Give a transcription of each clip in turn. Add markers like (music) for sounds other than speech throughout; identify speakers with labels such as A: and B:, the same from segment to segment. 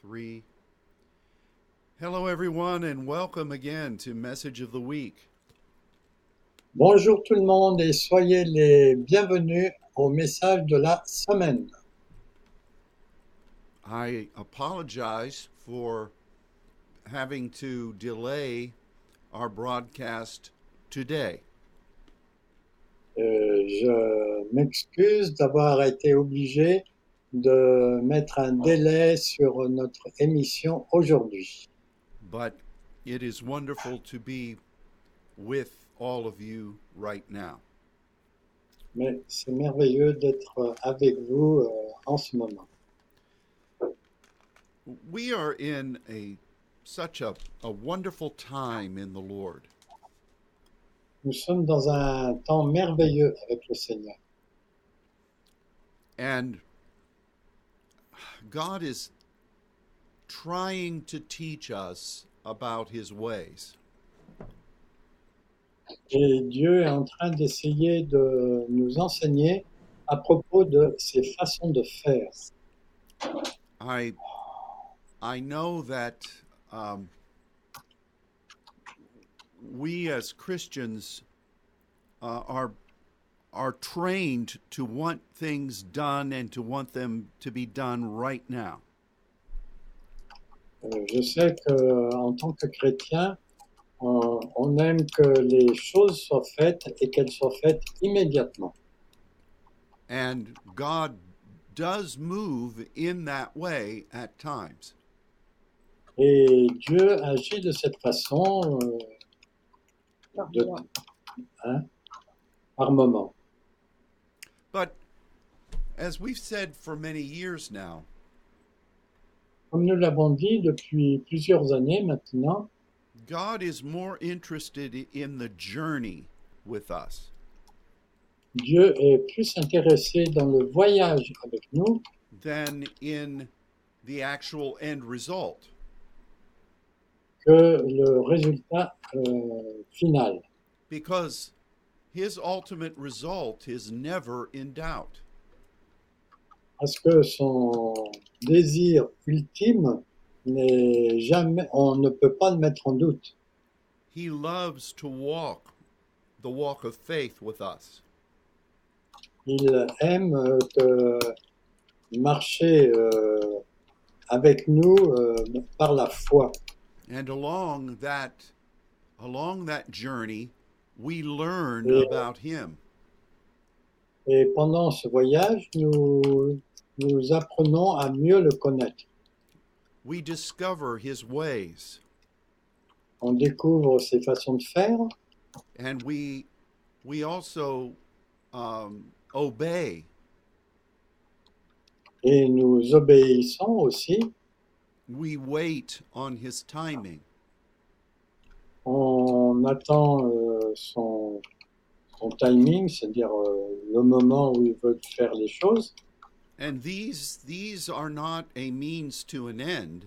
A: three. Hello, everyone, and welcome again to Message of the Week.
B: Bonjour tout le monde et soyez les bienvenus au message de la semaine.
A: I apologize for having to delay our broadcast today.
B: Euh, je m'excuse d'avoir été obligé de mettre un délai sur notre émission aujourd'hui.
A: but it is wonderful to be with all of you right now.
B: Mais c'est merveilleux d'être avec vous euh, en ce moment.
A: We are in a such a, a wonderful time in the Lord.
B: Nous sommes dans un temps merveilleux avec le Seigneur.
A: And God is trying to teach us about his ways.
B: Et Dieu est en train d'essayer de nous enseigner à propos de ses façons de faire.
A: I I know that um, we as Christians uh, are are trained to want things done and to want them to be done right now.
B: Euh, je sais que euh, en tant que chrétien, on, on aime que les choses soient faites et qu'elles soient faites immédiatement.
A: And God does move in that way at times.
B: Et Dieu agit de cette façon euh, de- hein, par moment.
A: But as we've said for many years now,
B: Comme nous l'avons dit depuis plusieurs années maintenant,
A: God is more interested in the journey with us
B: Dieu est plus intéressé dans le voyage avec nous
A: than in the actual end result.
B: que le résultat euh, final.
A: Because his ultimate result is never in doubt.
B: Parce que son désir ultime n'est jamais, on ne peut pas le mettre en doute.
A: He loves to walk the walk of faith with us.
B: Il aime euh, que marcher euh, avec nous euh, par la foi.
A: And along that along that journey, we learn
B: Yeah.
A: about him.
B: Et pendant ce voyage, nous, nous apprenons à mieux le connaître.
A: We discover his ways
B: On découvre ses façons de faire
A: and we we also um, obey
B: et nous obéissons aussi.
A: we wait on his timing
B: On attend euh, son, son timing, c'est-à-dire euh, le moment où il veut faire les choses.
A: and these these are not a means to an end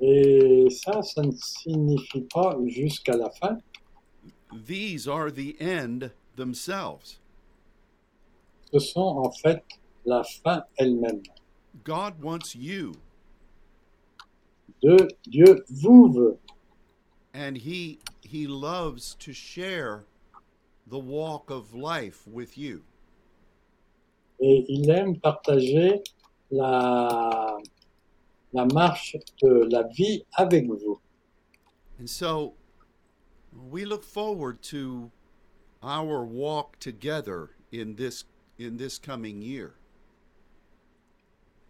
B: Et ça, ça ne signifie pas jusqu'à la fin.
A: these are the end themselves
B: Ce sont en fait la fin elle-même.
A: god wants you
B: De Dieu vous veut
A: and he he loves to share the walk of life with you
B: et il aime partager la, la marche de la vie avec vous.
A: and so we look forward to our walk together in this in this coming year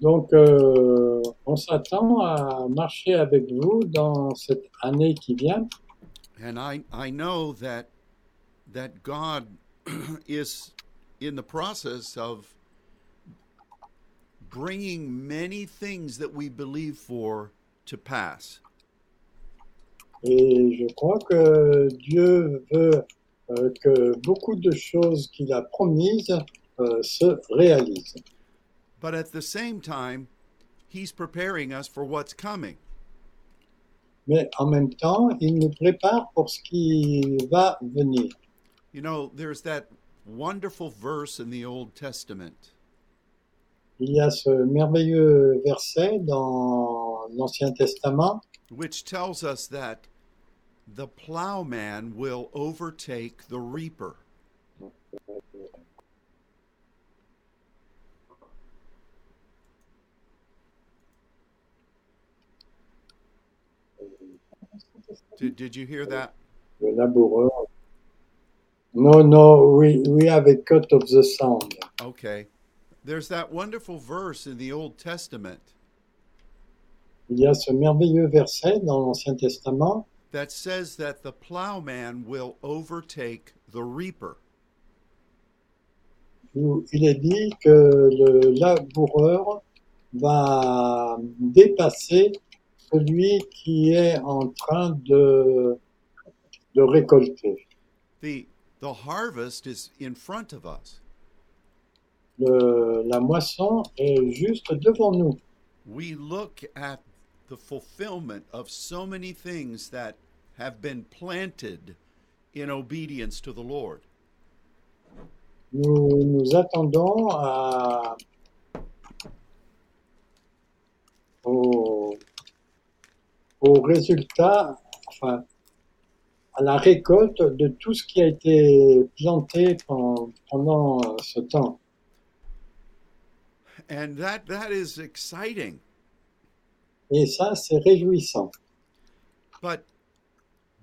B: Donc euh, on s'attend à marcher avec vous dans cette année qui vient
A: and I I know that that God (clears throat) is in the process of bringing many things that we believe for to pass.
B: et je crois que Dieu veut euh, que beaucoup de choses qu'il a promises euh, se réalisent.
A: But at the same time, he's preparing us for what's coming.
B: Mais en même temps, il nous prépare pour ce qui va venir.
A: You know, there's that wonderful verse in the Old Testament
B: il y a ce merveilleux verset dans l'Ancien Testament
A: which tells us that the plowman will overtake the reaper. Did, did you hear that?
B: le laboureur. No, no, we, we have a cut of the sound.
A: Okay. There's that wonderful verse in the Old Testament
B: Il y a ce merveilleux verset dans l'Ancien Testament
A: that says that the plowman will overtake the reaper.
B: où il est dit que le laboureur va dépasser celui qui est en train de, de récolter.
A: The, the harvest is in front of us.
B: Le- la moisson est juste devant nous.
A: We look at the fulfillment of so many things that have been planted in obedience to the Lord.
B: Nous nous attendons à, au, au résultat, enfin, à la récolte de tout ce qui a été planté pen- pendant, euh, ce temps.
A: And that, that is exciting.
B: Et ça, c'est réjouissant.
A: But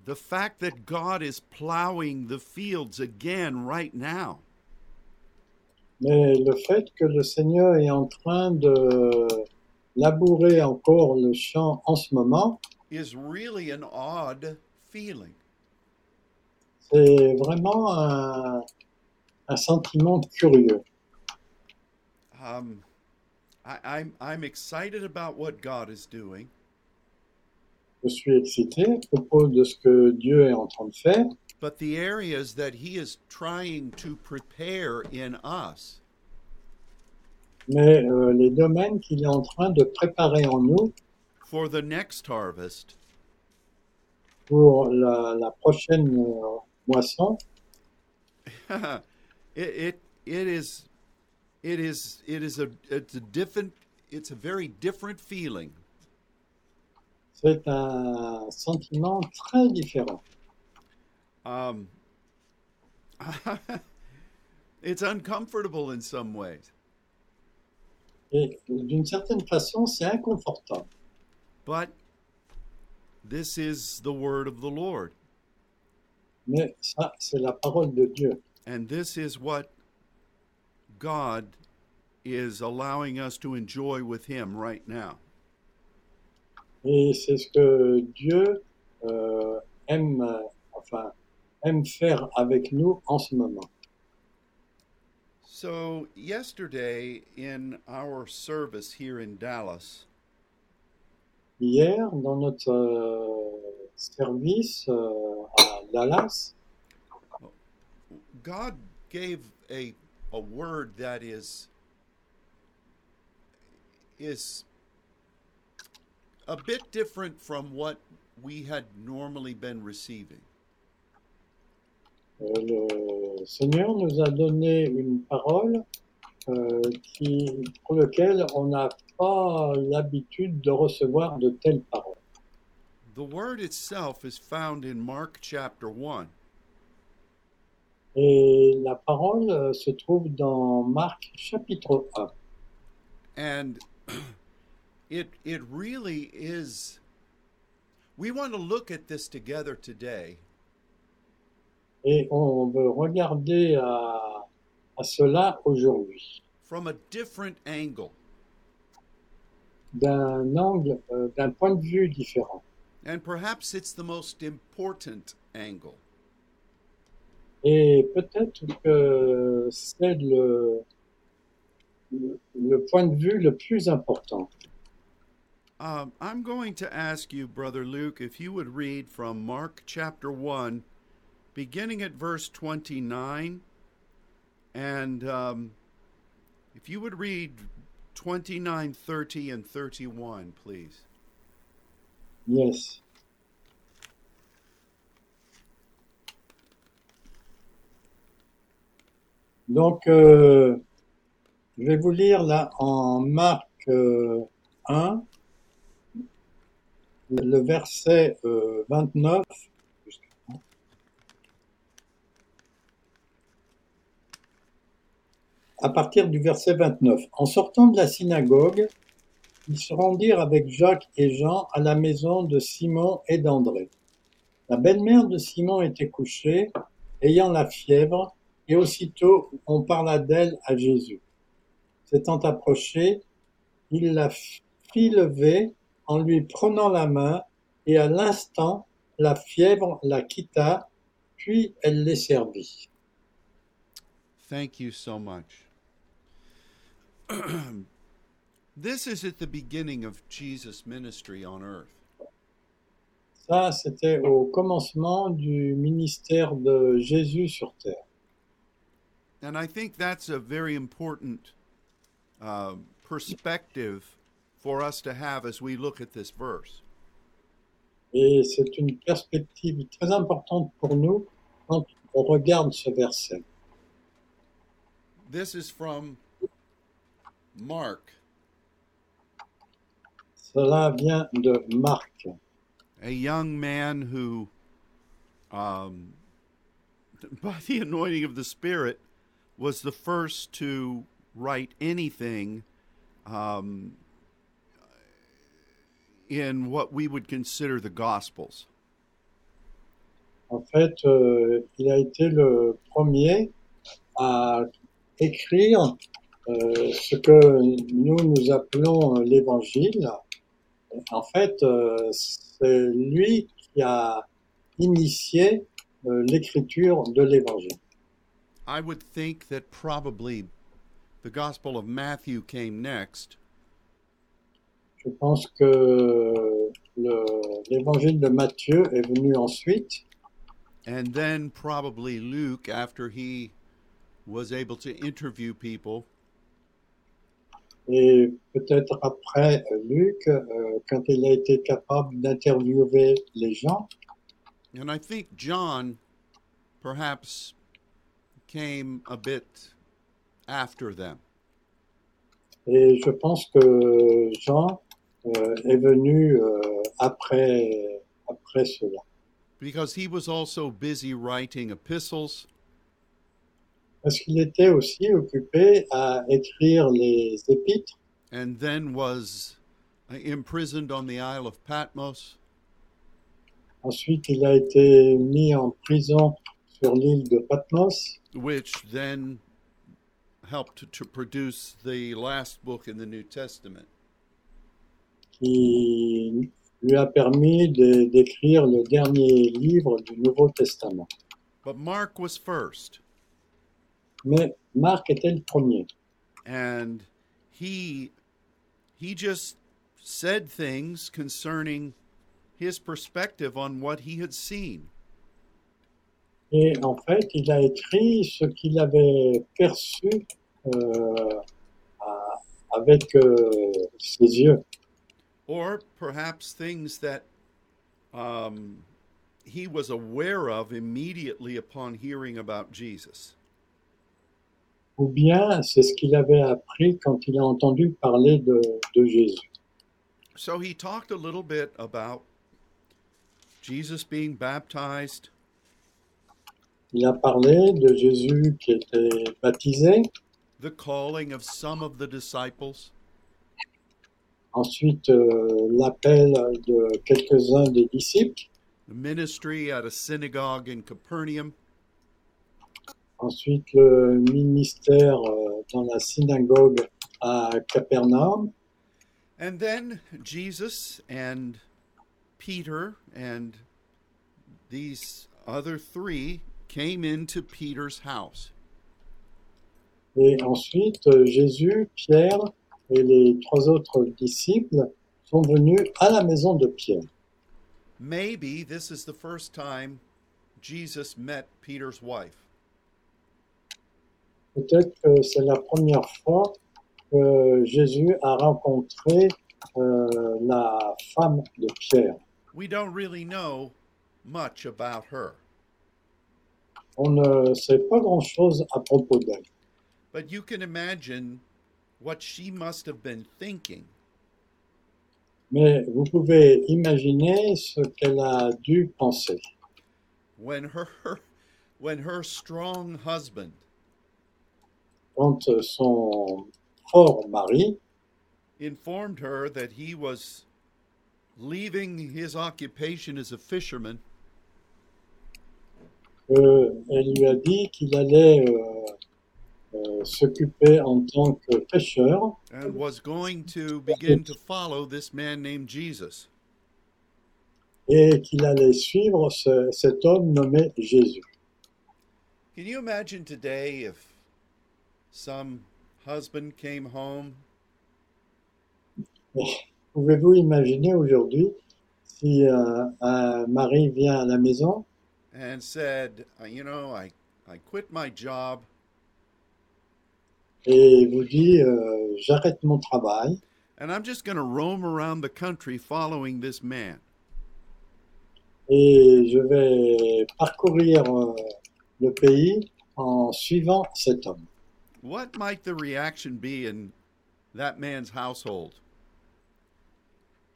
A: the fact that God is plowing the fields again right now,
B: Mais le fait que le Seigneur est en train de labourer encore le champ en ce moment,
A: is really an odd feeling.
B: c'est vraiment un- un sentiment curieux.
A: Um, I, I'm, I'm excited about what God is doing,
B: Je suis excité à propos de ce que Dieu est en train de faire,
A: but the areas that He is trying to prepare in us
B: mais euh, les domaines qu'il est en train de préparer en nous
A: for the next harvest (laughs)
B: pour la, la prochaine euh, moisson,
A: it, it it is it is it is a it's a different it's a very different feeling
B: c'est un sentiment très différent.
A: um (laughs) it's uncomfortable in some ways
B: Et d'une certaine façon, c'est inconfortable.
A: but this is the word of the lord
B: Mais ça, c'est la parole de Dieu.
A: and this is what god is allowing us to enjoy with him right now
B: Et c'est ce que Dieu euh, aime, euh, enfin, aime faire avec nous en ce moment.
A: so yesterday in our service here in dallas
B: Hier, dans notre euh, service euh, à Dallas,
A: God gave a a word that is is a bit different from what we had normally been receiving.
B: euh, le Seigneur nous a donné une parole euh, qui, pour laquelle on n'a pas l'habitude de recevoir de telles paroles.
A: The word itself is found in Mark chapter 1
B: Et la parole euh, se trouve dans Marc chapitre 1.
A: and (clears throat) it it really is we want to look at this together today
B: Et on veut regarder à, à cela aujourd'hui
A: from a different angle.
B: d'un angle, euh, d'un point de vue différent.
A: And perhaps it's the most important angle.
B: Et peut-être que c'est le, le, le point de vue le plus important.
A: Um, I'm going to ask you, Brother Luke, if you would read from Mark chapter 1, beginning at verse 29, and um, if you would read 29, 30, and 31, please.
B: Yes. Donc, euh, Je vais vous lire là en Marc euh, 1, le- le verset euh, 29. À partir du verset 29. En sortant de la synagogue, ils se rendirent avec Jacques et Jean à la maison de Simon et d'André. La belle-mère de Simon était couchée, ayant la fièvre, et aussitôt on parla d'elle à Jésus. S'étant approché, il la fit lever en lui prenant la main, et à l'instant, la fièvre la quitta, puis elle les servit.
A: Thank you so much. (clears throat) this is at the beginning of Jesus' ministry on earth.
B: Ça, c'était au commencement du ministère de Jésus sur terre.
A: And I think that's a very important uh, perspective for us to have as we look at this verse.
B: Et c'est une perspective très importante pour nous quand on regarde ce verset.
A: This is from Mark,
B: Cela vient de Marc,
A: a young man who, um, (laughs) by the anointing of the Spirit, was the first to write anything um, in what we would consider the Gospels.
B: En fait, euh, il a été le premier à écrire euh, ce que nous nous appelons euh, l'Évangile. En fait, euh, c'est lui qui a initié euh, l'écriture de l'Évangile.
A: I would think that probably the Gospel of Matthew came next,
B: Je pense que le- l'Évangile de Matthieu est venu ensuite.
A: and then probably Luke after he was able to interview people.
B: Et peut-être après euh, Luc, euh, quand il a été capable d'interviewer les gens,
A: And I think John perhaps came a bit after them.
B: Et je pense que Jean euh, est venu euh, après, après cela.
A: because he was also busy writing epistles
B: Parce qu'il était aussi occupé à écrire les épîtres
A: and then was uh, imprisoned on the Isle of Patmos.
B: Ensuite, il a été mis en prison sur l'île de Patmos,
A: which then helped to produce the last book in the New Testament.
B: qui lui a permis de- d'écrire le dernier livre du Nouveau Testament.
A: But Mark was first,
B: Mais Marc était le premier.
A: and he he just said things concerning his perspective on what he had seen.
B: Et en fait, il a écrit ce qu'il avait perçu euh, à- avec euh, ses yeux,
A: or perhaps things that um, he was aware of immediately upon hearing about Jesus.
B: ou bien c'est ce qu'il avait appris quand il a entendu parler de, de Jésus.
A: So he talked a little bit about Jesus being baptized,
B: Il a parlé de Jésus qui était baptisé,
A: the calling of some of the disciples,
B: ensuite euh, l'appel de quelques-uns des disciples,
A: the ministry at a synagogue in Capernaum,
B: ensuite le ministère euh, dans la synagogue à Capernaum,
A: and then Jesus and Peter and these other three came into Peter's house.
B: Et ensuite, euh, Jésus, Pierre et les trois autres disciples sont venus à la maison de Pierre.
A: Maybe this is the first time Jesus met Peter's wife.
B: Peut-être que c'est la première fois que Jésus a rencontré euh, la femme de Pierre.
A: We don't really know much about her,
B: On ne sait pas grand-chose à propos d'elle,
A: but you can imagine what she must have been thinking.
B: Mais vous pouvez imaginer ce qu'elle a dû penser
A: when her when her strong husband
B: quand euh, son fort mari
A: informed her that he was leaving his occupation as a fisherman
B: euh, elle lui a dit qu'il allait euh, euh, s'occuper en tant que pêcheur
A: and was going to begin to follow this man named Jesus.
B: et qu'il allait suivre ce- cet homme nommé Jésus.
A: Can you imagine today if some husband came home
B: Pouvez-vous imaginer aujourd'hui si euh, un mari vient à la maison
A: and said, "Uh, "You know, I I quit my job.
B: et vous dit euh, j'arrête mon travail
A: and I'm just going to roam around the country following this man.
B: et je vais parcourir euh, le pays en suivant cet homme.
A: What might the reaction be in that man's household?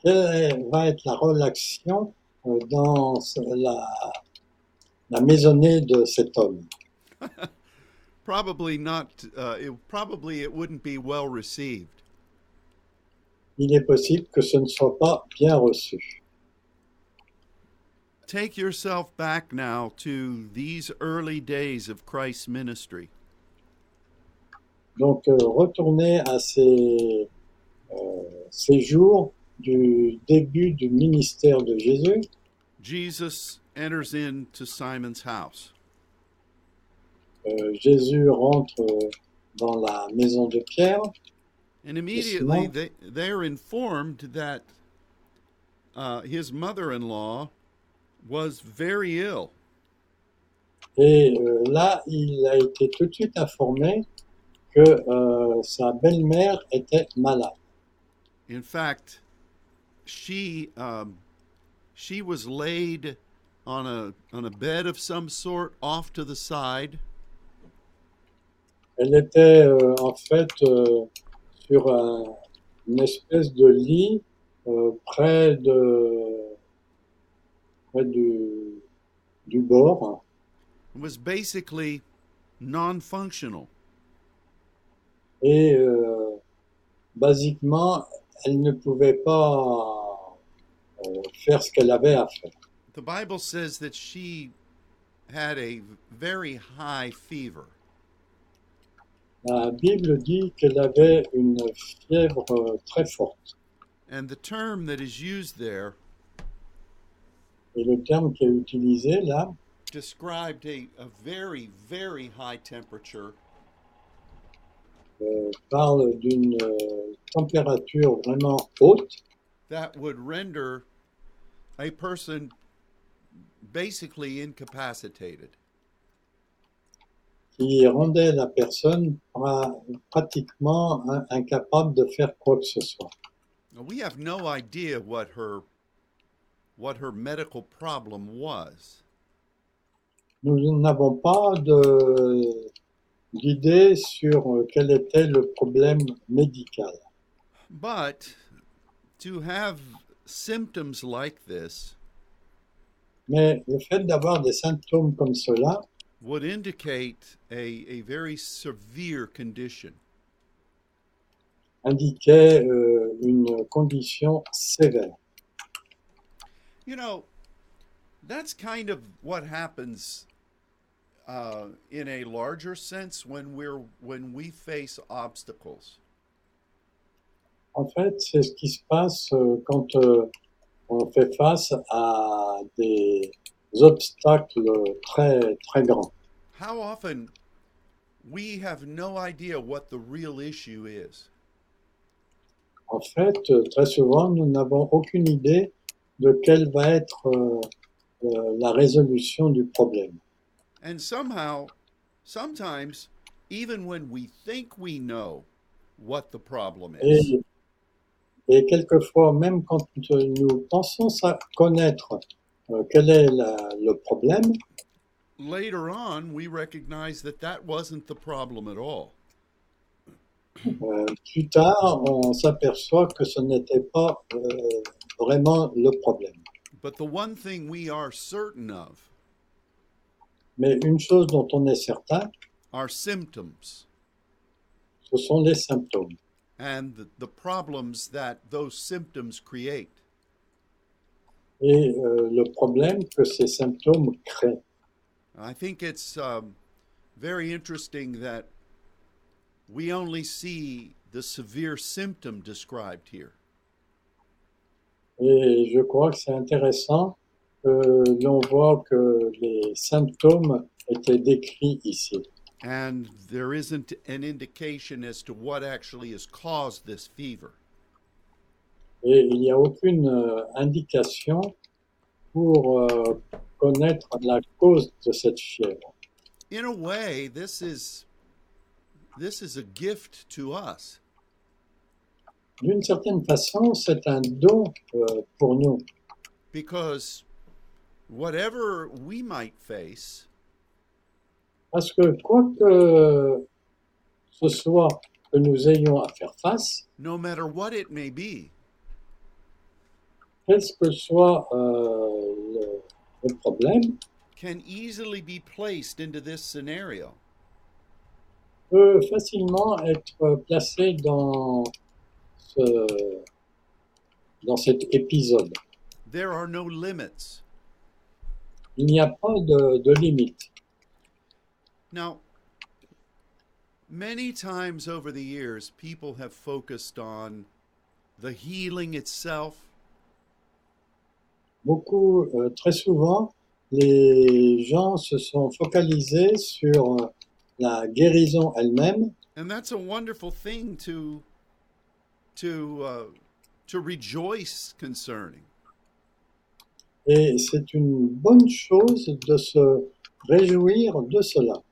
B: Quelle va être la relation euh, dans ce- la, la maisonnée de cet homme
A: Probably not. Uh, it, probably it wouldn't be well received.
B: Il est possible que ce ne soit pas bien reçu.
A: Take yourself back now to these early days of Christ's ministry.
B: Donc euh, retournez à ces, euh, ces jours du début du ministère de Jésus.
A: Jesus enters into Simon's house.
B: Euh, Jésus rentre euh, dans la maison de Pierre
A: And immediately
B: ma'am.
A: they, they're informed that uh, his mother in law was very ill.
B: Et euh, là, il a été tout de suite informé que euh, sa belle-mère était malade.
A: In fact, she um, she was laid on a on a bed of some sort off to the side,
B: Elle était euh, en fait euh, sur un- une espèce de lit euh, près de près du, du bord
A: and was basically non-functional.
B: et euh, basiquement, elle ne pouvait pas euh, faire ce qu'elle avait à faire.
A: The Bible says that she had a very high fever.
B: La Bible dit qu'elle avait une fièvre euh, très forte.
A: And the term that is used there
B: Et le terme qui est utilisé là
A: described a, a very, very high temperature
B: euh, parle d'une euh, température vraiment haute
A: that would render a person basically incapacitated.
B: qui rendait la personne pra- pratiquement in- incapable de faire quoi que ce soit.
A: Now, we have no idea what her what her medical problem was,
B: Nous n'avons pas de- d'idée sur euh, quel était le problème médical.
A: but to have symptoms like this
B: Mais le fait d'avoir des symptômes comme cela
A: would indicate a, a very severe condition.
B: indiquait euh, une condition sévère.
A: You know, that's kind of what happens uh, in a larger sense when we're when we face obstacles.
B: En fait, c'est ce qui se passe euh, quand euh, on fait face à des obstacles très très grands.
A: How often we have no idea what the real issue is.
B: En fait, euh, très souvent, nous n'avons aucune idée de quelle va être euh, euh, la résolution du problème.
A: And somehow, sometimes, even when we think we know what the problem is,
B: Et, et quelquefois, même quand euh, nous pensons sa- connaître euh, quel est la- le problème,
A: later on we recognize that that wasn't the problem at all.
B: Euh, plus tard, on s'aperçoit que ce n'était pas euh, vraiment le problème.
A: But the one thing we are certain of
B: Mais une chose dont on est certain,
A: are symptoms
B: ce sont les symptômes
A: and the, the problems that those symptoms create.
B: et euh, le problème que ces symptômes créent.
A: I think it's um, very interesting that we only see the severe symptom described here.
B: Et je crois que c'est intéressant que l'on voit que les symptômes étaient décrits ici.
A: and there isn't an indication as to what actually has caused this fever.
B: Et il n'y a aucune euh, indication pour euh, connaître la cause de cette fièvre.
A: In a way, this is this is a gift to us
B: D'une certaine façon, c'est un don euh, pour nous,
A: because whatever we might face,
B: parce que quoi que ce soit que nous ayons à faire face,
A: no matter what it may be,
B: quel que soit euh, le- le problème,
A: can easily be placed into this scenario.
B: peut facilement être placé dans ce, dans cet épisode.
A: There are no limits.
B: Il n'y a pas de, de limite.
A: Now, many times over the years, people have focused on the healing itself
B: Beaucoup, euh, très souvent, les gens se sont focalisés sur euh, la guérison elle-même
A: and that's a wonderful thing to to uh, to rejoice concerning
B: et c'est une bonne chose de se réjouir de cela.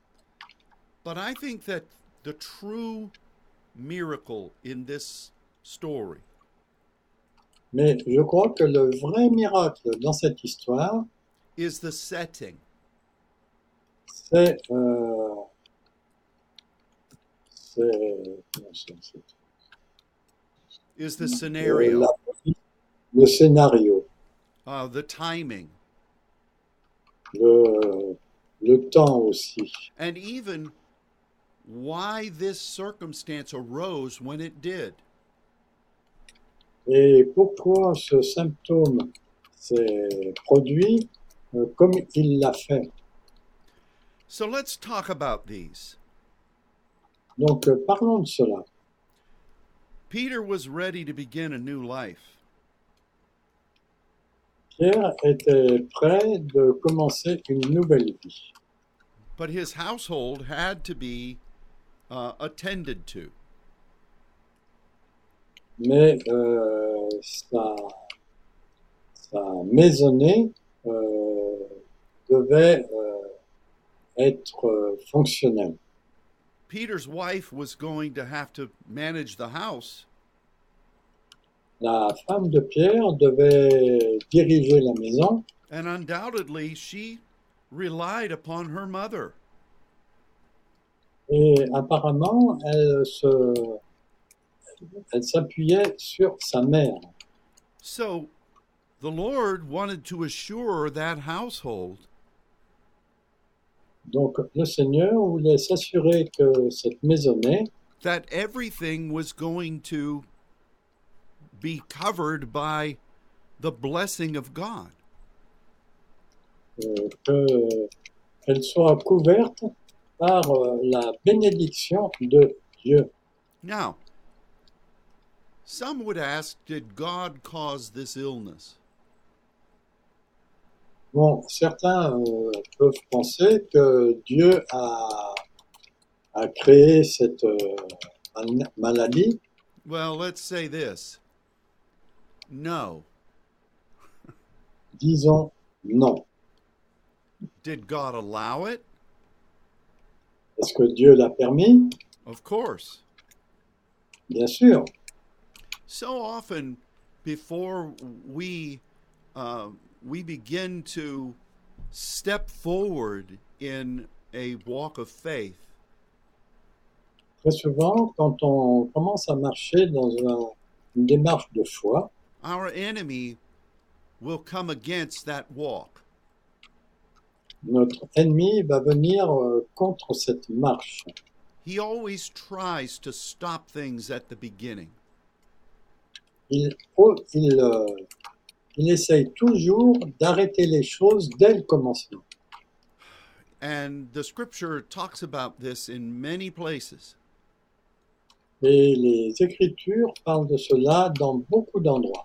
A: but i think that the true miracle in this story
B: Mais je crois que le vrai miracle dans cette histoire,
A: is the setting
B: c'est euh, c'est- non, c'est- c'est-
A: is the
B: Euh,
A: scenario
B: la- le scénario,
A: uh, the timing
B: le, le temps aussi,
A: and even why this circumstance arose when it did
B: et pourquoi ce symptôme s'est produit euh, comme il l'a fait.
A: so let's talk about these
B: Donc euh, parlons de cela.
A: peter was ready to begin a new life
B: Pierre était prêt de commencer une nouvelle vie,
A: but his household had to be uh, attended to.
B: mais euh, sa, sa maisonnée euh, devait euh, être euh, fonctionnelle.
A: Peter's wife was going to have to manage the house,
B: La femme de Pierre devait diriger la maison
A: and undoubtedly she relied upon her mother.
B: et apparemment elle se elle s'appuyait sur sa mère.
A: So the Lord wanted to assure that household
B: Donc le Seigneur voulait s'assurer que cette maisonnée,
A: that everything was going to be covered by the blessing of God.
B: euh, que elle soit couverte par euh, la bénédiction de Dieu.
A: Now, some would ask, did God cause this illness?
B: Bon, certains euh, peuvent penser que Dieu a, a créé cette euh, mal- maladie
A: Well, let's say this. No.
B: disons non.
A: Did God allow it?
B: Est-ce que Dieu l'a permis
A: Of course.
B: Bien sûr.
A: So often, before we uh, we begin to step forward in a walk of faith,
B: Très très souvent, quand on commence à marcher dans un- une démarche de foi,
A: our enemy will come against that walk.
B: notre ennemi va venir euh, contre cette marche.
A: He always tries to stop things at the beginning.
B: Il, oh, il, euh, il essaye toujours d'arrêter les choses dès le commencement.
A: And the scripture talks about this in many places.
B: Et les Écritures parlent de cela dans beaucoup d'endroits.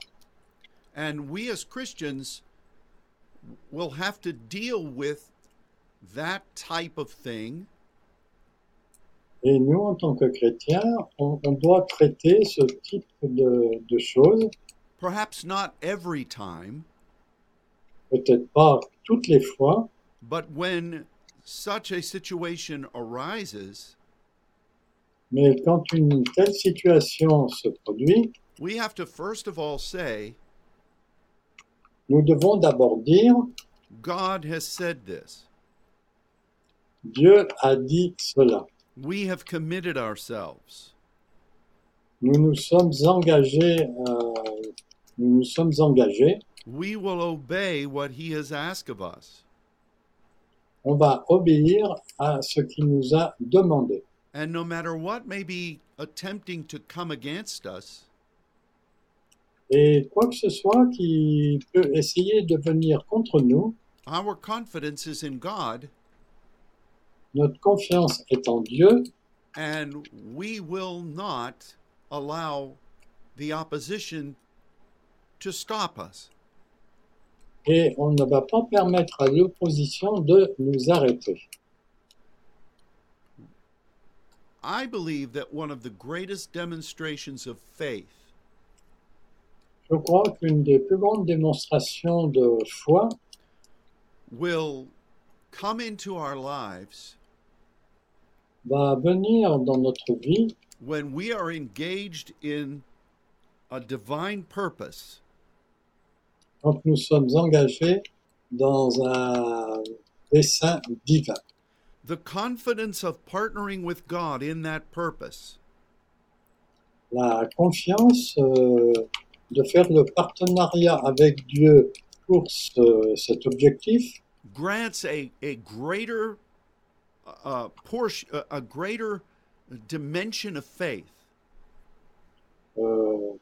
A: And we as Christians will have to deal with that type of thing
B: Et nous, en tant que chrétiens, on, on doit traiter ce type de, de choses,
A: perhaps not every time,
B: peut-être pas toutes les fois,
A: but when such a situation arises,
B: mais quand une telle situation se produit,
A: we have to first of all say,
B: nous devons d'abord dire,
A: God has said this.
B: Dieu a dit cela.
A: We have committed ourselves.
B: Nous nous sommes engagés, euh, nous nous sommes engagés,
A: We will obey what He has asked of us.
B: on va obéir à ce qu'il nous a demandé.
A: And no matter what may be attempting to come against us,
B: Et quoi que ce soit qui peut essayer de venir contre nous,
A: our confidence is in God
B: notre confiance est en Dieu
A: and we will not allow the opposition to stop us.
B: et on ne va pas permettre à l'opposition de nous arrêter.
A: I believe that one of the greatest demonstrations of faith
B: Je crois qu'une des plus grandes démonstrations de foi
A: will come into our lives
B: va venir dans notre vie
A: when we are engaged in a divine purpose
B: quand nous sommes engagés dans un dessein divin.
A: the confidence of partnering with God in that purpose
B: La confiance euh, de faire le partenariat avec Dieu pour ce- cet objectif
A: grants a, a greater uh, portion, a- a greater dimension of faith.
B: euh,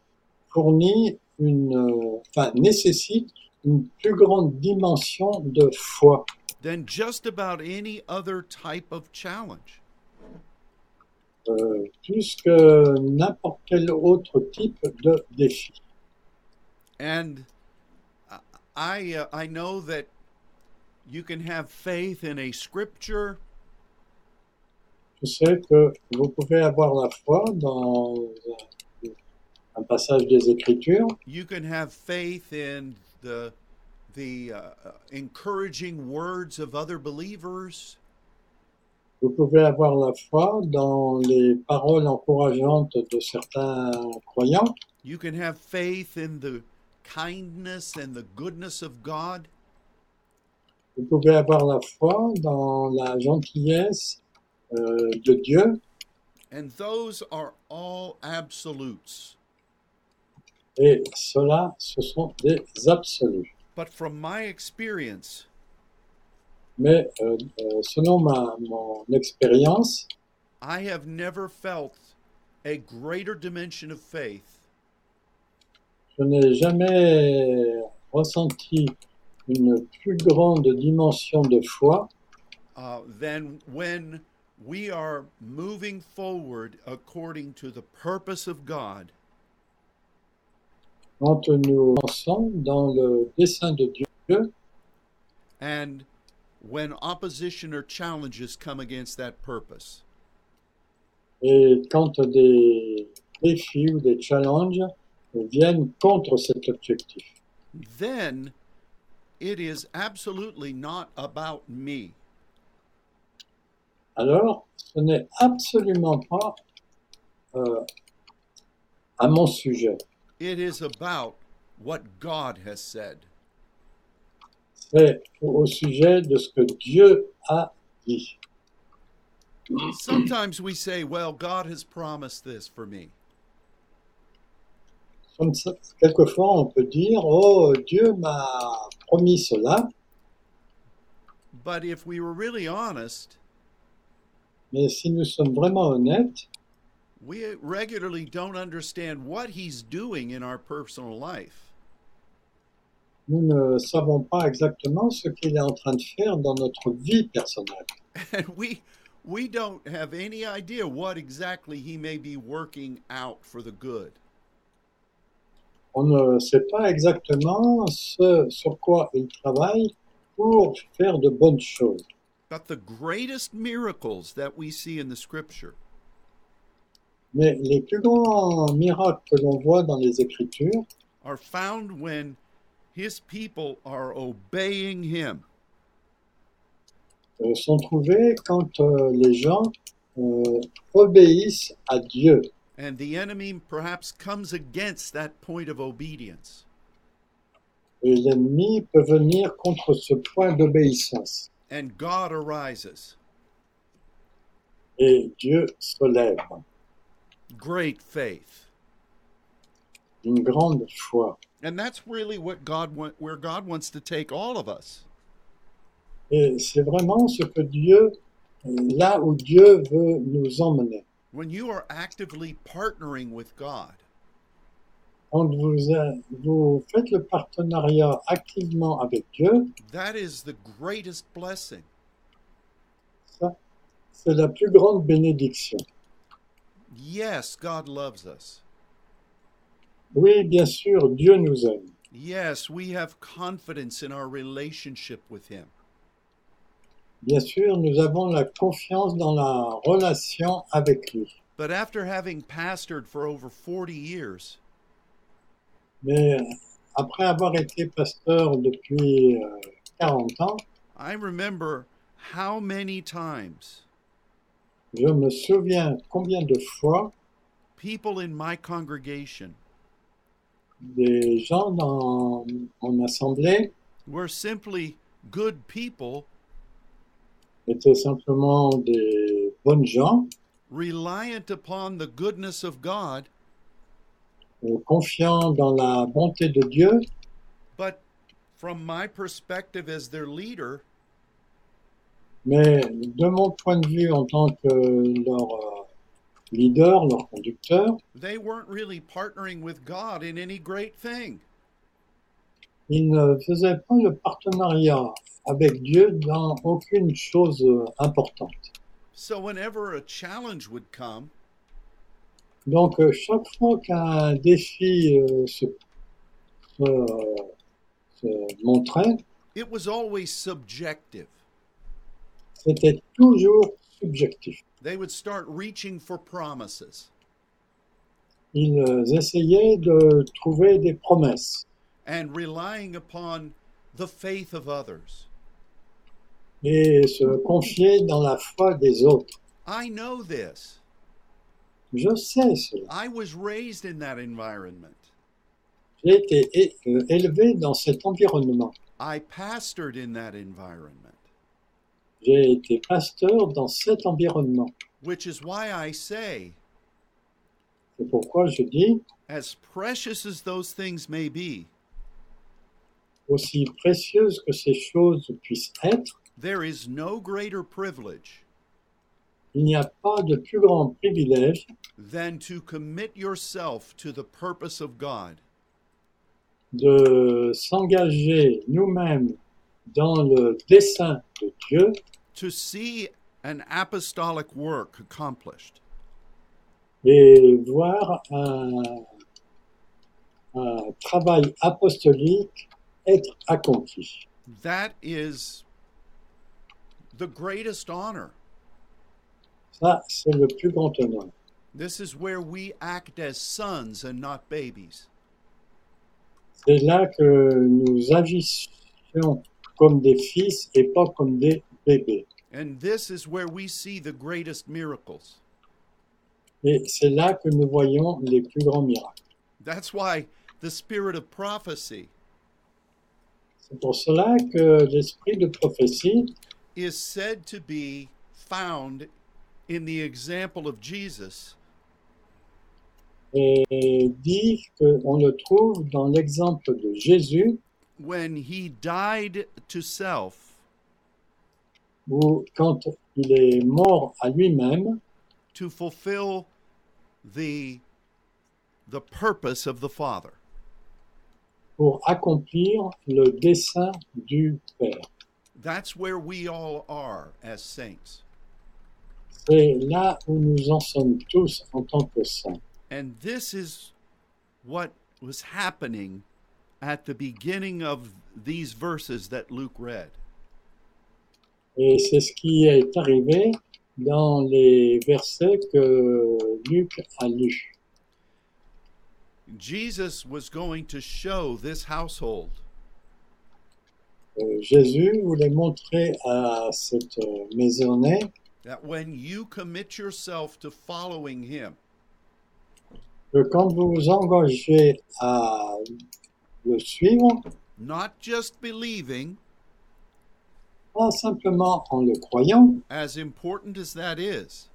B: fournit une, euh, enfin, nécessite une plus grande dimension de foi
A: Than just about any other type of challenge.
B: euh, plus que n'importe quel autre type de défi.
A: And I- I, uh, I know that you can have faith in a scripture,
B: Je sais que vous pouvez avoir la foi dans un- un passage des Écritures,
A: you can have faith in the the uh, uh, encouraging words of other believers.
B: vous pouvez avoir la foi dans les paroles encourageantes de certains croyants,
A: You can have faith in the kindness and the goodness of God.
B: vous pouvez avoir la foi dans la gentillesse euh, de Dieu,
A: And those are all absolutes.
B: et cela, ce sont des absolus.
A: But from my experience,
B: Mais euh, euh, selon ma, mon expérience,
A: I have never felt a greater dimension of faith
B: Je n'ai jamais ressenti une plus grande dimension de foi
A: uh, than when we are moving forward according to the purpose of God
B: quand nous avançons dans le dessein de Dieu
A: and when opposition or challenges come against that purpose.
B: et quand des défis ou des challenges viennent contre cet objectif.
A: Then it is absolutely not about me.
B: Alors, ce n'est absolument pas euh, à mon sujet.
A: It is about what God has said.
B: C'est au au sujet de ce que Dieu a dit.
A: sometimes we say, well, God has promised this for me.
B: Comme ça, quelquefois, on peut dire, oh, Dieu m'a promis cela,
A: But if we were really honest,
B: mais si nous sommes vraiment honnêtes,
A: we regularly don't understand what He's doing in our personal life.
B: nous ne savons pas exactement ce qu'il est en train de faire dans notre vie personnelle.
A: (laughs) And we, we don't have any idea what exactly He may be working out for the good.
B: On ne sait pas exactement ce sur quoi il travaille pour faire de bonnes choses.
A: But the greatest miracles that we see in the scripture
B: Mais les plus grands miracles que l'on voit dans les Écritures
A: are found when His people are obeying Him.
B: euh, sont trouvés quand euh, les gens euh, obéissent à Dieu.
A: And the enemy perhaps comes against that point of obedience.
B: Et l'ennemi peut venir contre ce point d'obéissance.
A: And God arises.
B: Et Dieu se lève.
A: Great faith.
B: Une grande foi.
A: And that's really what God want, where God wants to take all of us.
B: Et c'est vraiment ce que Dieu, euh, là où Dieu veut nous emmener.
A: When you are actively partnering with God,
B: Quand vous, euh, vous faites le partenariat activement avec Dieu,
A: that is the greatest blessing.
B: ça, c'est la plus grande bénédiction.
A: Yes, God loves us.
B: Oui, bien sûr, Dieu nous aime.
A: Yes, we have confidence in our relationship with Him.
B: Bien sûr, nous avons la confiance dans la relation avec lui.
A: But after having pastored for over 40 years,
B: Mais euh, après avoir été pasteur depuis euh, 40 ans,
A: I remember how many times
B: je me souviens combien de fois
A: people in my congregation
B: des gens dans mon assemblée
A: were simply good people
B: étaient simplement des bonnes gens,
A: reliant upon the goodness of God,
B: euh, confiants dans la bonté de Dieu,
A: but from my perspective as their leader,
B: mais de mon point de vue en tant que leur euh, leader, leur conducteur,
A: they weren't really partnering with God in any great thing.
B: Il ne faisait pas le partenariat avec Dieu dans aucune chose euh, importante.
A: So whenever a challenge would come,
B: Donc euh, chaque fois qu'un défi euh, se, se- euh, se montrait,
A: it was always subjective.
B: c'était toujours subjectif.
A: They would start reaching for promises.
B: Ils euh, essayaient de trouver des promesses
A: and relying upon the faith of others.
B: et se confier dans la foi des autres.
A: I know this.
B: Je sais cela.
A: I was raised in that environment.
B: J'ai été é- euh, élevé dans cet environnement.
A: I pastored in that environment,
B: J'ai été pasteur dans cet environnement.
A: which is why I say,
B: C'est pourquoi je dis
A: as precious as those things may be,
B: aussi précieuses que ces choses puissent être,
A: there is no greater privilege
B: il n'y a pas de plus grand privilège
A: than to commit yourself to the purpose of God
B: de s'engager nous-mêmes dans le dessein de Dieu
A: to see an apostolic work accomplished.
B: et voir un, un travail apostolique être accompli.
A: That is the greatest honor.
B: Ça, c'est le plus grand honneur.
A: This is where we act as sons and not babies.
B: C'est là que nous agissions comme des fils et pas comme des bébés.
A: And this is where we see the greatest miracles.
B: Et c'est là que nous voyons les plus grands miracles.
A: That's why the spirit of prophecy
B: C'est pour cela que l'esprit de prophétie
A: is said to be found in the example of Jesus.
B: et dit qu'on le trouve dans l'exemple de Jésus
A: When he died to self
B: où quand il est mort à lui-même
A: to fulfill the, the purpose of the Father.
B: pour accomplir le dessein du Père.
A: That's where we all are as saints.
B: C'est là où nous en sommes tous en tant que saints.
A: And this is what was happening at the beginning of these verses that Luke read.
B: Et c'est ce qui est arrivé dans les versets que Luc a lus.
A: Jesus was going to show this household
B: Euh, Jésus voulait montrer à cette maisonnée
A: that when you commit yourself to following him,
B: que quand vous vous engagez à le suivre,
A: not just believing,
B: pas simplement en le croyant,
A: as important as that is,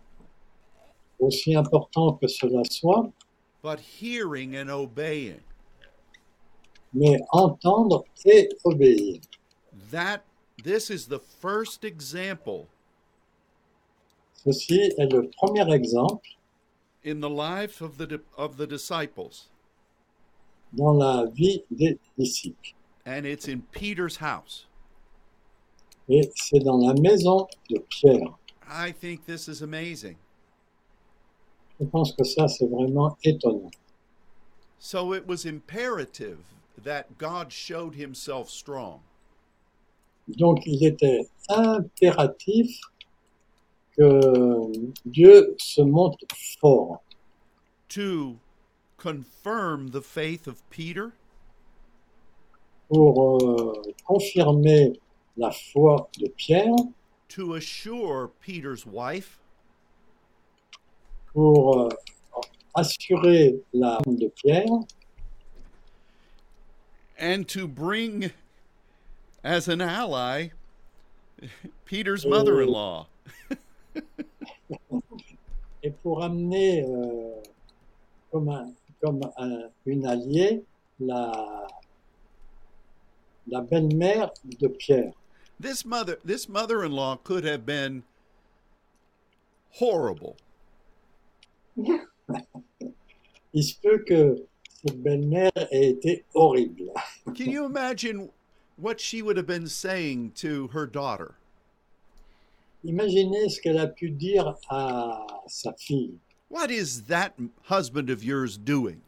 B: aussi important que cela soit,
A: but hearing and obeying,
B: mais entendre et obéir.
A: that this is the first example
B: Ceci est le premier exemple
A: in the life of the di- of the disciples
B: dans la vie des disciples.
A: and it's in Peter's house.
B: Et c'est dans la maison de Pierre.
A: I think this is amazing.
B: Je pense que ça, c'est vraiment étonnant.
A: So it was imperative that God showed himself strong.
B: Donc, il était impératif que Dieu se montre fort
A: to confirm the faith of Peter
B: pour euh, confirmer la foi de Pierre,
A: to assure Peter's wife
B: pour euh, assurer la femme de Pierre
A: and to bring as an ally (laughs) Peter's mother-in-law.
B: et pour amener euh, comme, un- comme un- une alliée la, la belle-mère de Pierre.
A: This mother this mother-in-law could have been horrible.
B: Il se peut que cette belle-mère ait été horrible.
A: Can you imagine what she would have been saying to her daughter?
B: Imaginez ce qu'elle a pu dire à sa fille.
A: What is that husband of yours doing?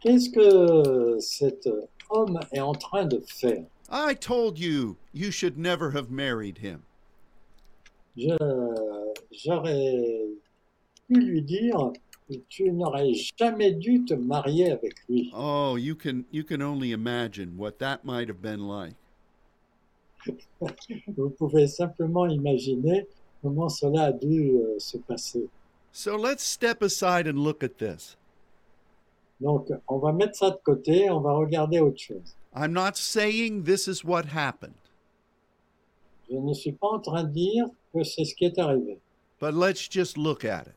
B: Qu'est-ce que cet homme est en train de faire
A: I told you you should never have married him.
B: Je- J'aurais pu lui dire, tu n'aurais jamais dû te marier avec lui. (laughs)
A: Oh, you can you can only imagine what that might have been like.
B: Vous pouvez simplement imaginer comment cela a dû euh, se passer.
A: So let's step aside and look at this.
B: Donc, on va mettre ça de côté, on va regarder autre chose.
A: I'm not saying this is what happened,
B: Je ne suis pas en train de dire que c'est ce qui est arrivé,
A: but let's just look at it.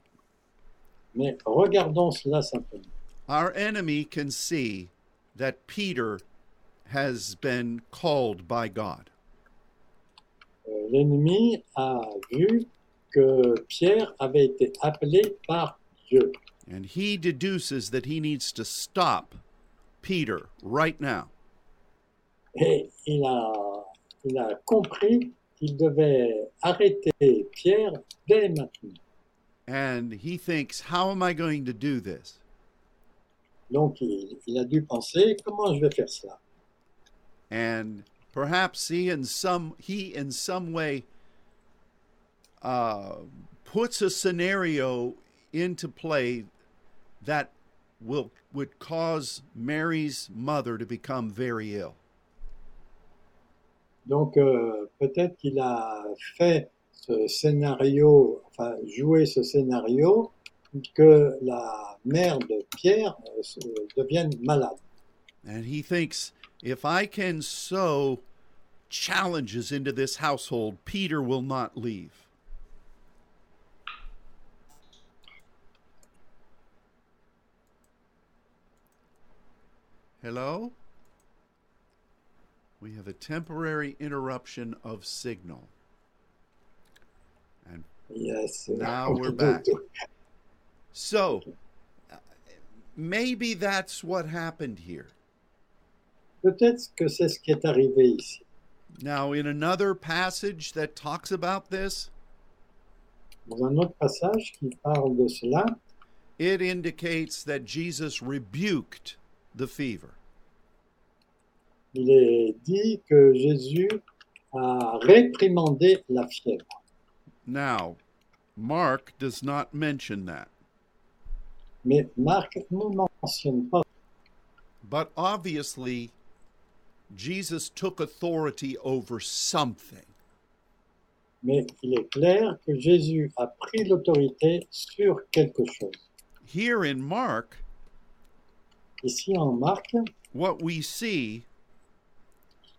B: mais regardons cela simplement.
A: Our enemy can see that Peter has been called by God.
B: Euh, L'ennemi a vu que Pierre avait été appelé par Dieu
A: And he deduces that he needs to stop Peter right now.
B: et il a, il a compris qu'il devait arrêter Pierre dès maintenant.
A: And he thinks, how am I going to do this?
B: Donc, il, il a dû penser comment je vais faire cela.
A: and perhaps he in some he in some way uh, puts a scenario into play that will would cause Mary's mother to become very ill.
B: Donc euh, peut-être qu'il a fait ce scénario, enfin joué ce scénario, que la mère de Pierre euh, se- devienne malade.
A: And he thinks if I can sow challenges into this household, Peter will not leave. Hello? We have a temporary interruption of signal. And
B: Yes.
A: Now we're back. so, uh, maybe that's what happened here.
B: (laughs) Peut-être que c'est ce qui est arrivé ici.
A: Now, in another passage that talks about this,
B: Dans un autre passage qui parle de cela,
A: it indicates that Jesus rebuked the fever.
B: il est dit que Jésus a réprimandé la fièvre.
A: Now, Mark does not mention that,
B: Mais Marc ne mentionne pas.
A: but obviously, Jesus took authority over something.
B: Mais il est clair que Jésus a pris l'autorité sur quelque chose.
A: Here in Mark,
B: Ici en Marc, ce
A: what we see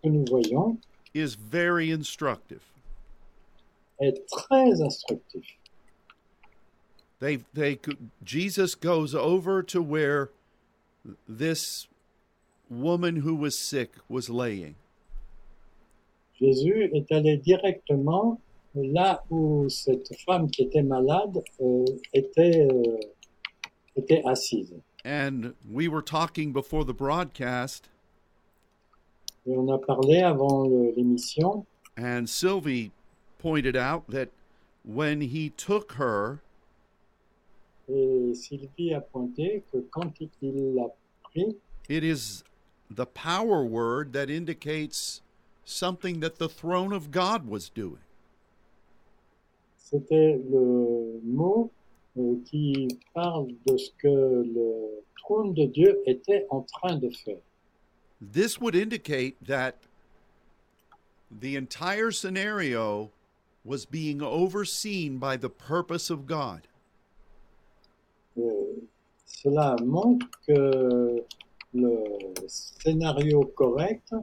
B: que nous voyons
A: is very instructive.
B: est très instructif.
A: They, they, could- Jesus goes over to where this woman who was sick was laying.
B: Jésus est allé directement là où cette femme qui était malade euh, était, euh, était assise.
A: And we were talking before the broadcast,
B: Et on a parlé avant le- l'émission
A: and Sylvie pointed out that when he took her,
B: et Sylvie a pointé que quand il l'a pris,
A: it is the power word that indicates something that the throne of God was doing.
B: c'était le mot euh, qui parle de ce que le trône de Dieu était en train de faire.
A: This would indicate that the entire scenario was being overseen by the purpose of God.
B: Euh, cela montre que le scénario correct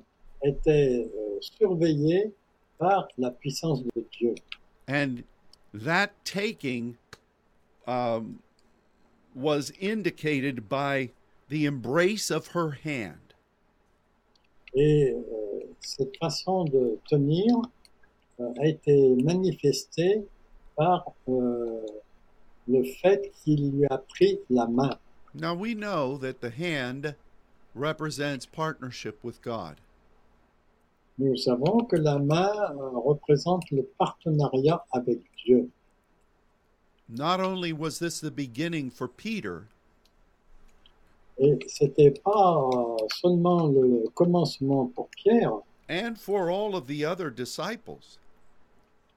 B: était euh, surveillé par la puissance de Dieu.
A: And that taking um, was indicated by the embrace of her hand.
B: Et euh, cette façon de tenir euh, a été manifestée par euh, le fait qu'il lui a pris la main.
A: Now we know that the hand represents partnership with God.
B: Nous savons que la main euh, représente le partenariat avec Dieu.
A: Not only was this the beginning for Peter,
B: Et c'était pas euh, seulement le commencement pour Pierre,
A: and for all of the other disciples,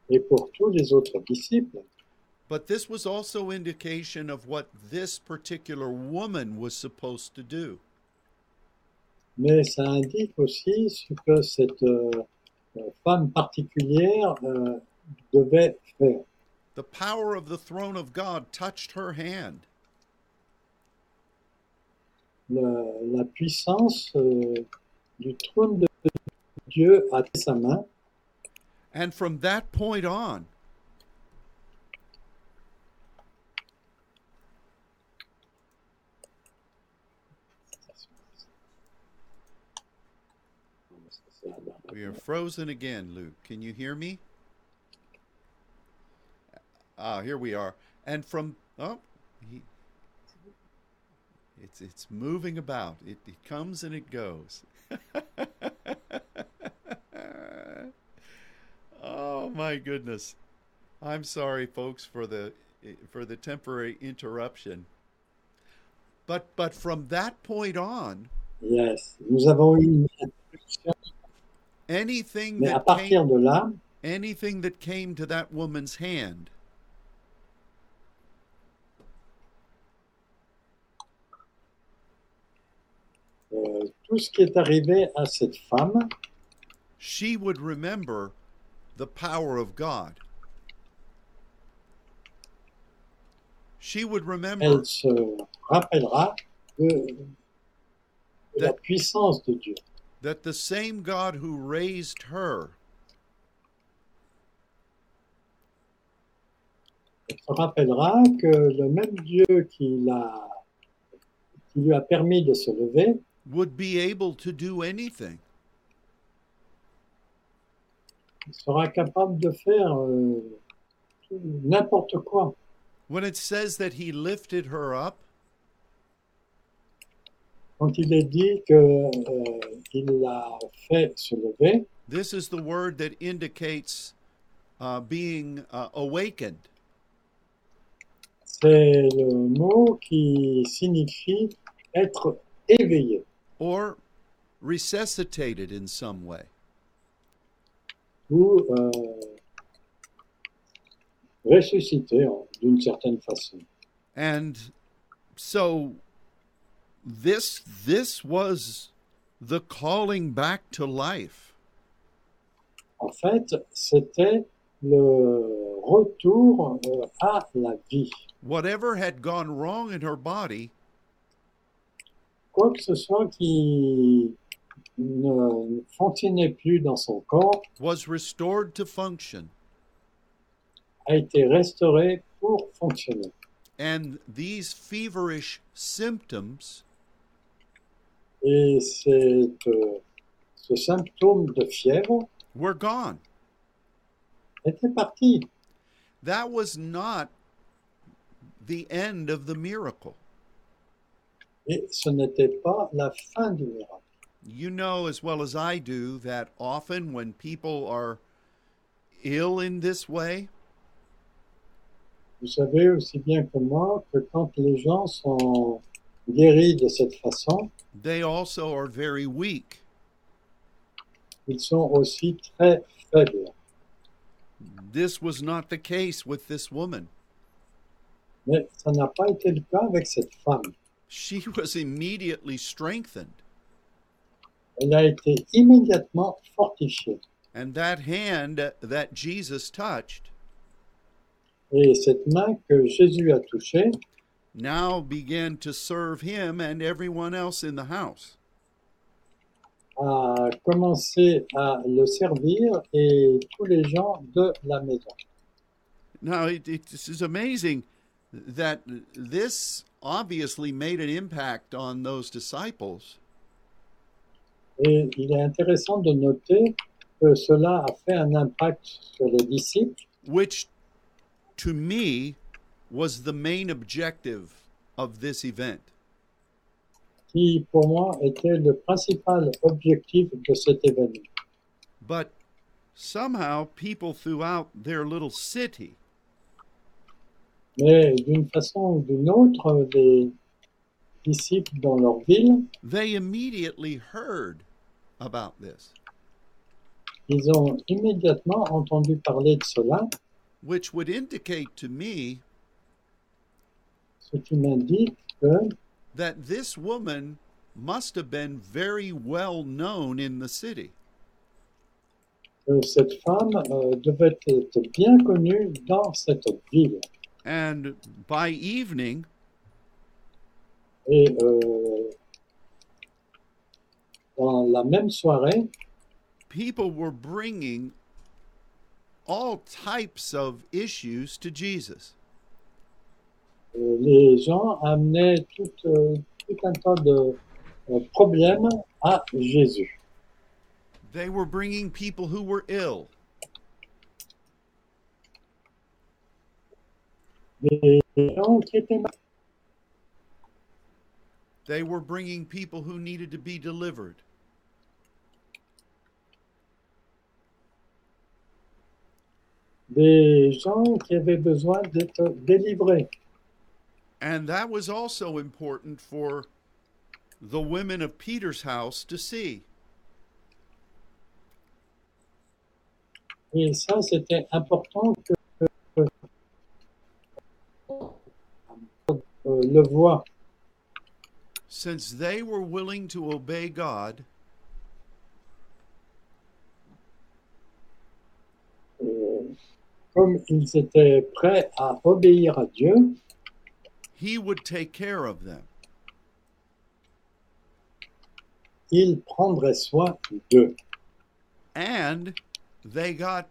B: et pour tous les autres disciples.
A: but this was also indication of what this particular woman was supposed to do.
B: Mais ça indique aussi ce que cette euh, euh, femme particulière euh, devait faire.
A: The power of the throne of God touched her hand.
B: Le- la puissance euh, du trône de Dieu à sa main.
A: And from that point on, we are frozen again, Luke. Can you hear me? Ah, here we are. And from oh, he, it's it's moving about. It, it comes and it goes. (laughs) oh my goodness. I'm sorry folks for the for the temporary interruption. But but from that point on,
B: Yes. Nous avons eu une introduction,
A: anything
B: mais à
A: that came,
B: partir de là,
A: anything that came to that woman's hand
B: euh, tout ce qui est arrivé à cette femme,
A: she would remember the power of God. She would remember
B: elle se rappellera de, de la puissance de Dieu.
A: that the same God who raised her
B: Elle se rappellera que le même Dieu qui, l'a- qui lui a permis de se lever
A: would be able to do anything.
B: Il sera capable de faire euh, n'importe quoi.
A: When it says that he lifted her up,
B: Quand il est dit que euh, il l'a fait se lever,
A: this is the word that indicates uh, being uh, awakened.
B: c'est le mot qui signifie être éveillé
A: or resuscitated in some way.
B: ou euh, ressuscité en- hein, d'une certaine façon.
A: And so this this was the calling back to life.
B: En fait, c'était le retour euh, à la vie.
A: Whatever had gone wrong in her body,
B: Quoi que ce soit qui ne fonctionnait plus dans son corps
A: was restored to function.
B: a été restauré pour fonctionner.
A: And these feverish symptoms
B: Et cette, euh, ce symptôme de fièvre
A: were gone.
B: était parti.
A: That was not the end of the miracle.
B: Et ce n'était pas la fin du miracle.
A: You know as well as I do that often when people are ill in this way,
B: Vous savez aussi bien que moi que quand les gens sont guéris de cette façon,
A: they also are very weak.
B: ils sont aussi très faibles.
A: This was not the case with this woman.
B: Mais ça n'a pas été le cas avec cette femme.
A: She (laughs) was immediately strengthened,
B: Elle a été immédiatement fortifiée.
A: and that hand that Jesus touched
B: Et cette main que Jésus a touchée
A: now began to serve him and everyone else in the house.
B: a commencé à le servir et tous les gens de la maison.
A: Now, it, it, this is amazing that this obviously made an impact on those disciples.
B: Et il est intéressant de noter que cela a fait un impact sur les disciples,
A: which to me was the main objective of this event.
B: qui pour moi était le principal objectif de cet événement.
A: But somehow people throughout their little city
B: Mais d'une façon ou d'une autre, les disciples dans leur ville,
A: they immediately heard about this,
B: ils ont immédiatement entendu parler de cela,
A: which would indicate to me
B: ce qui m'indique que
A: that this woman must have been very well known in the city.
B: que cette femme euh, devait être bien connue dans cette ville.
A: And by evening,
B: Et euh, dans la même soirée,
A: people were bringing all types of issues to Jesus.
B: euh, les gens amenaient tout, euh, tout un tas de euh, problèmes à Jésus.
A: They were bringing people who were ill.
B: Des gens qui étaient malades,
A: They were bringing people who needed to be delivered.
B: des gens qui avaient besoin d'être délivrés.
A: And that was also important for the women of Peter's house to see.
B: Et ça, c'était important que, que- euh, le voit,
A: Since they were willing to obey God,
B: euh, comme ils étaient prêts à obéir à Dieu,
A: he would take care of them.
B: il prendrait soin d'eux.
A: And they got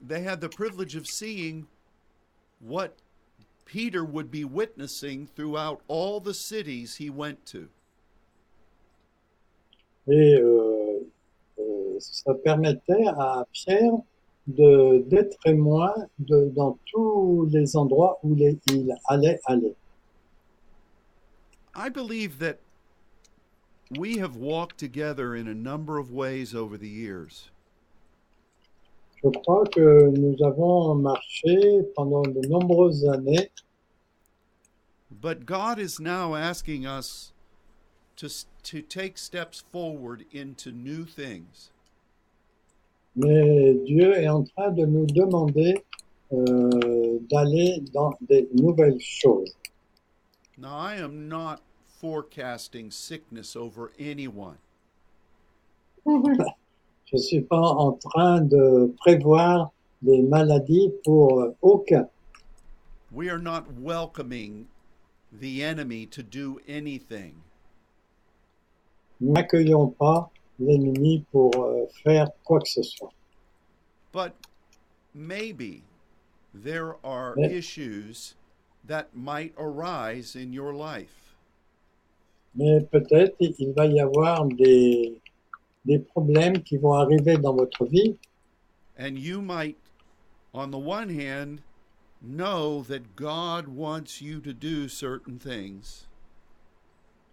A: they had the privilege of seeing what Peter would be witnessing throughout all the cities he went to.
B: Et euh, euh, ça permettait à Pierre de- d'être témoin de, dans tous les endroits où les- il allait aller.
A: I believe that we have walked together in a number of ways over the years.
B: Je crois que nous avons marché pendant de nombreuses années,
A: But God is now asking us to, s- to take steps forward into new things.
B: mais Dieu est en train de nous demander euh, d'aller dans des nouvelles choses.
A: Now, I am not forecasting sickness over anyone,
B: Je ne suis pas en train de prévoir des maladies pour euh, aucun.
A: we are not welcoming the enemy to do anything.
B: Nous n'accueillons pas l'ennemi pour euh, faire quoi que ce soit.
A: But maybe there are
B: Yeah.
A: issues that might arise in your life.
B: Mais peut-être il va y avoir des, des problèmes qui vont arriver dans votre vie
A: And you might, on the one hand, know that God wants you to do certain things,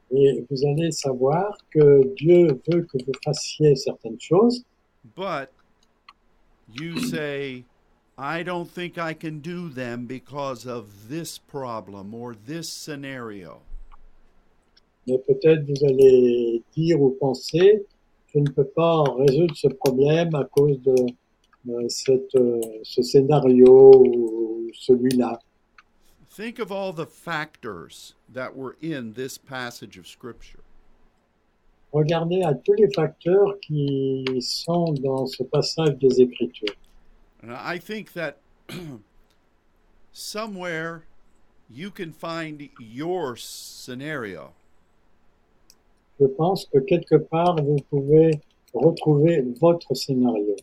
B: et vous allez savoir que Dieu veut que vous fassiez certaines choses,
A: but you say, I don't think I can do them because of this problem or this scenario.
B: mais peut-être vous allez dire ou penser je ne peux pas résoudre ce problème à cause de euh, cette, euh, ce scénario ou celui-là.
A: Think of all the factors that were in this passage of Scripture.
B: Regardez à tous les facteurs qui sont dans ce passage des Écritures.
A: And I think that (clears throat) somewhere you can find your scenario.
B: Je pense que quelque part, vous pouvez retrouver votre scénario.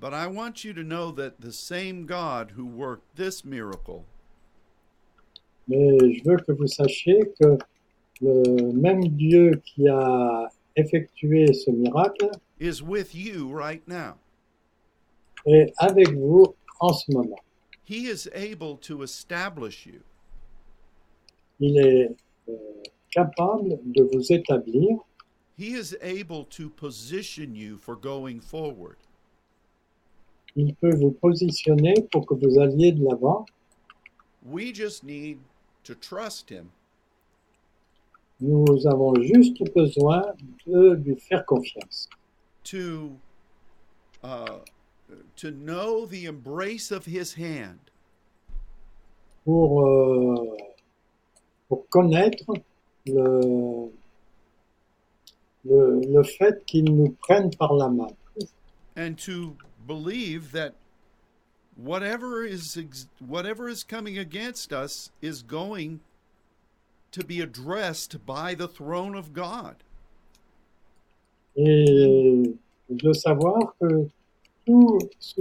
A: But I want you to know that the same God who worked this miracle
B: Mais je veux que vous sachiez que le même Dieu qui a effectué ce miracle
A: is with you right now.
B: est avec vous en ce moment.
A: He is able to establish you.
B: Il est euh, capable de vous établir,
A: He is able to position you for going forward.
B: il peut vous positionner pour que vous alliez de l'avant.
A: We just need to trust him
B: Nous avons juste besoin de lui faire confiance,
A: to uh, to know the embrace of his hand
B: pour, euh, pour connaître le, le, le fait qu'il nous prenne par la main.
A: and to believe that whatever is ex- whatever is coming against us is going to be addressed by the throne of God.
B: et de savoir que tout ce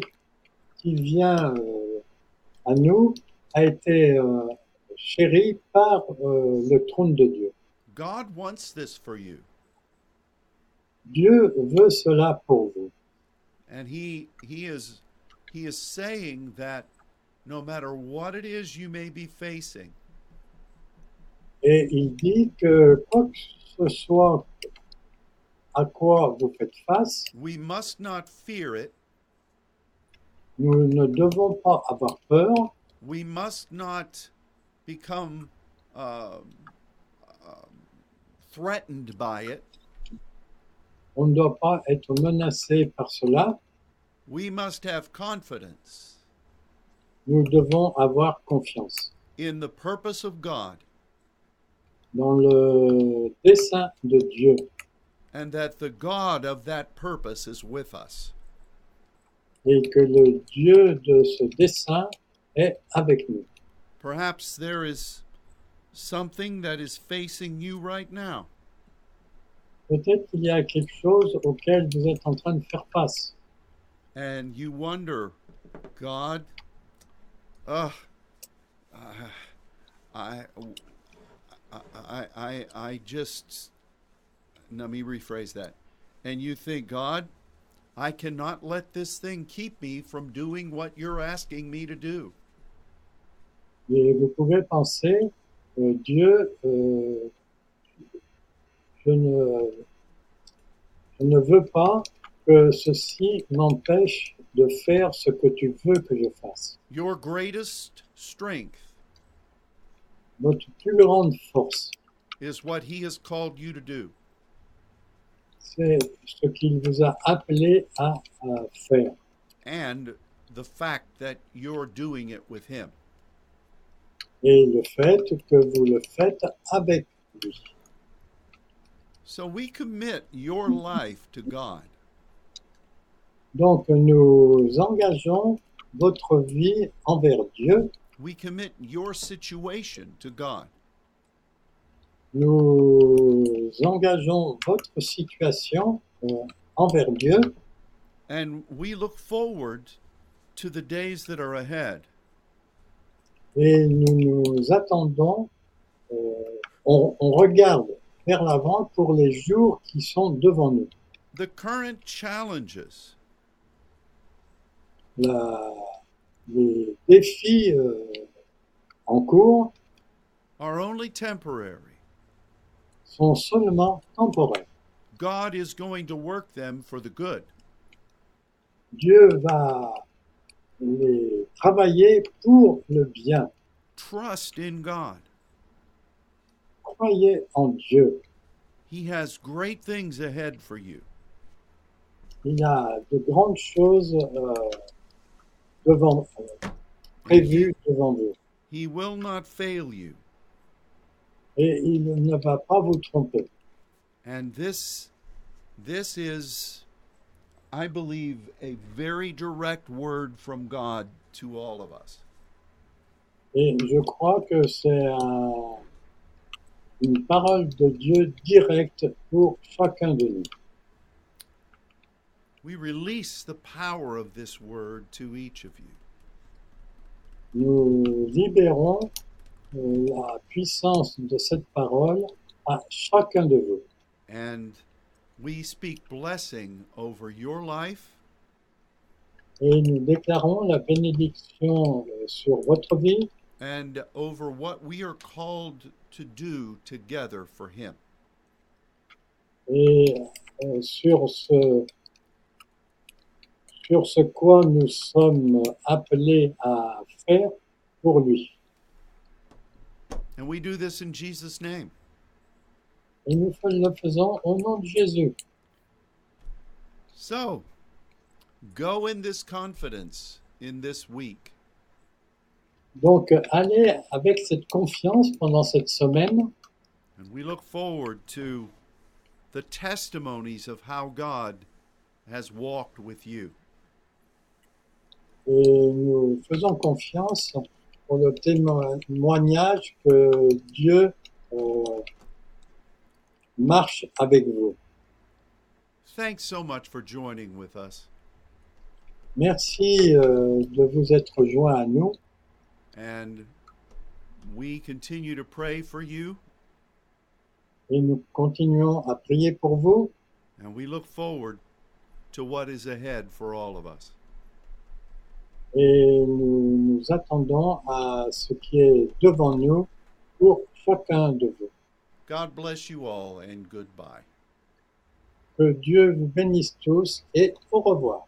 B: qui vient euh, à nous a été euh, chéri par euh, le trône de Dieu.
A: God wants this for you,
B: Dieu veut cela pour vous.
A: and he he is he is saying that no matter what it is you may be facing,
B: Et il dit que quoi que ce soit à quoi vous faites face,
A: we must not fear it.
B: nous ne devons pas avoir peur,
A: We must not become uh, um, threatened by it.
B: on ne doit pas être menacé par cela,
A: We must have confidence
B: nous devons avoir confiance
A: in the purpose of God
B: dans le dessein de Dieu.
A: and that the God of that purpose is with us.
B: et que le Dieu de ce dessein est avec nous.
A: Perhaps there is something that is facing you right now.
B: Peut-être qu'il y a quelque chose auquel vous êtes en train de faire face
A: and you wonder, God, uh, I, I, I, I, I just let me rephrase that. and you think, God, I cannot let this thing keep me from doing what you're asking me to do.
B: Et vous pouvez penser, euh, Dieu, euh, je, ne, je ne veux pas que ceci m'empêche de faire ce que tu veux que je fasse.
A: Your greatest strength
B: Notre plus grande force,
A: is what He has called you to do.
B: c'est ce qu'il vous a appelé à, à faire
A: and the fact that you're doing it with him.
B: et le fait que vous le faites avec lui.
A: So we commit your life to God.
B: Donc nous engageons votre vie envers Dieu,
A: We commit your situation to God.
B: nous engageons votre situation euh, envers Dieu
A: And we look forward to the days that are ahead
B: et nous nous attendons, euh, on, on regarde vers l'avant pour les jours qui sont devant nous.
A: the current challenges,
B: La- les défis euh, en cours
A: are only temporary.
B: sont seulement temporaires.
A: God is going to work them for the good.
B: Dieu va les travailler pour le bien.
A: Trust in God.
B: Croyez en Dieu.
A: He has great things ahead for you.
B: Il a de grandes choses euh, devant, euh, prévues devant vous.
A: He will not fail you.
B: Et il ne va pas vous tromper.
A: And this this is I believe a very direct word from God to all of us.
B: Et je crois que c'est un- une parole de Dieu directe pour chacun de nous.
A: We release the power of this word to each of you.
B: Nous libérons euh, la puissance de cette parole à chacun de vous.
A: And we speak blessing over your life
B: et nous déclarons la bénédiction euh, sur votre vie
A: and over what we are called to do together for him.
B: et euh, sur ce sur ce quoi nous sommes appelés à faire pour lui.
A: And we do this in Jesus name.
B: Et nous fa- le faisons au nom de Jésus.
A: So, go in this confidence in this week.
B: Donc euh, allez avec cette confiance pendant cette semaine
A: And we look forward to the testimonies of how God has walked with you.
B: et nous faisons confiance pour le témoignage que Dieu euh, marche avec vous.
A: Thanks so much for joining with us,
B: Merci euh, de vous être joint à nous
A: and we continue to pray for you,
B: et nous continuons à prier pour vous
A: and we look forward to what is ahead for all of us.
B: et nous nous attendons à ce qui est devant nous pour chacun de vous.
A: God bless you all, and goodbye.
B: Que Dieu vous bénisse tous et au revoir.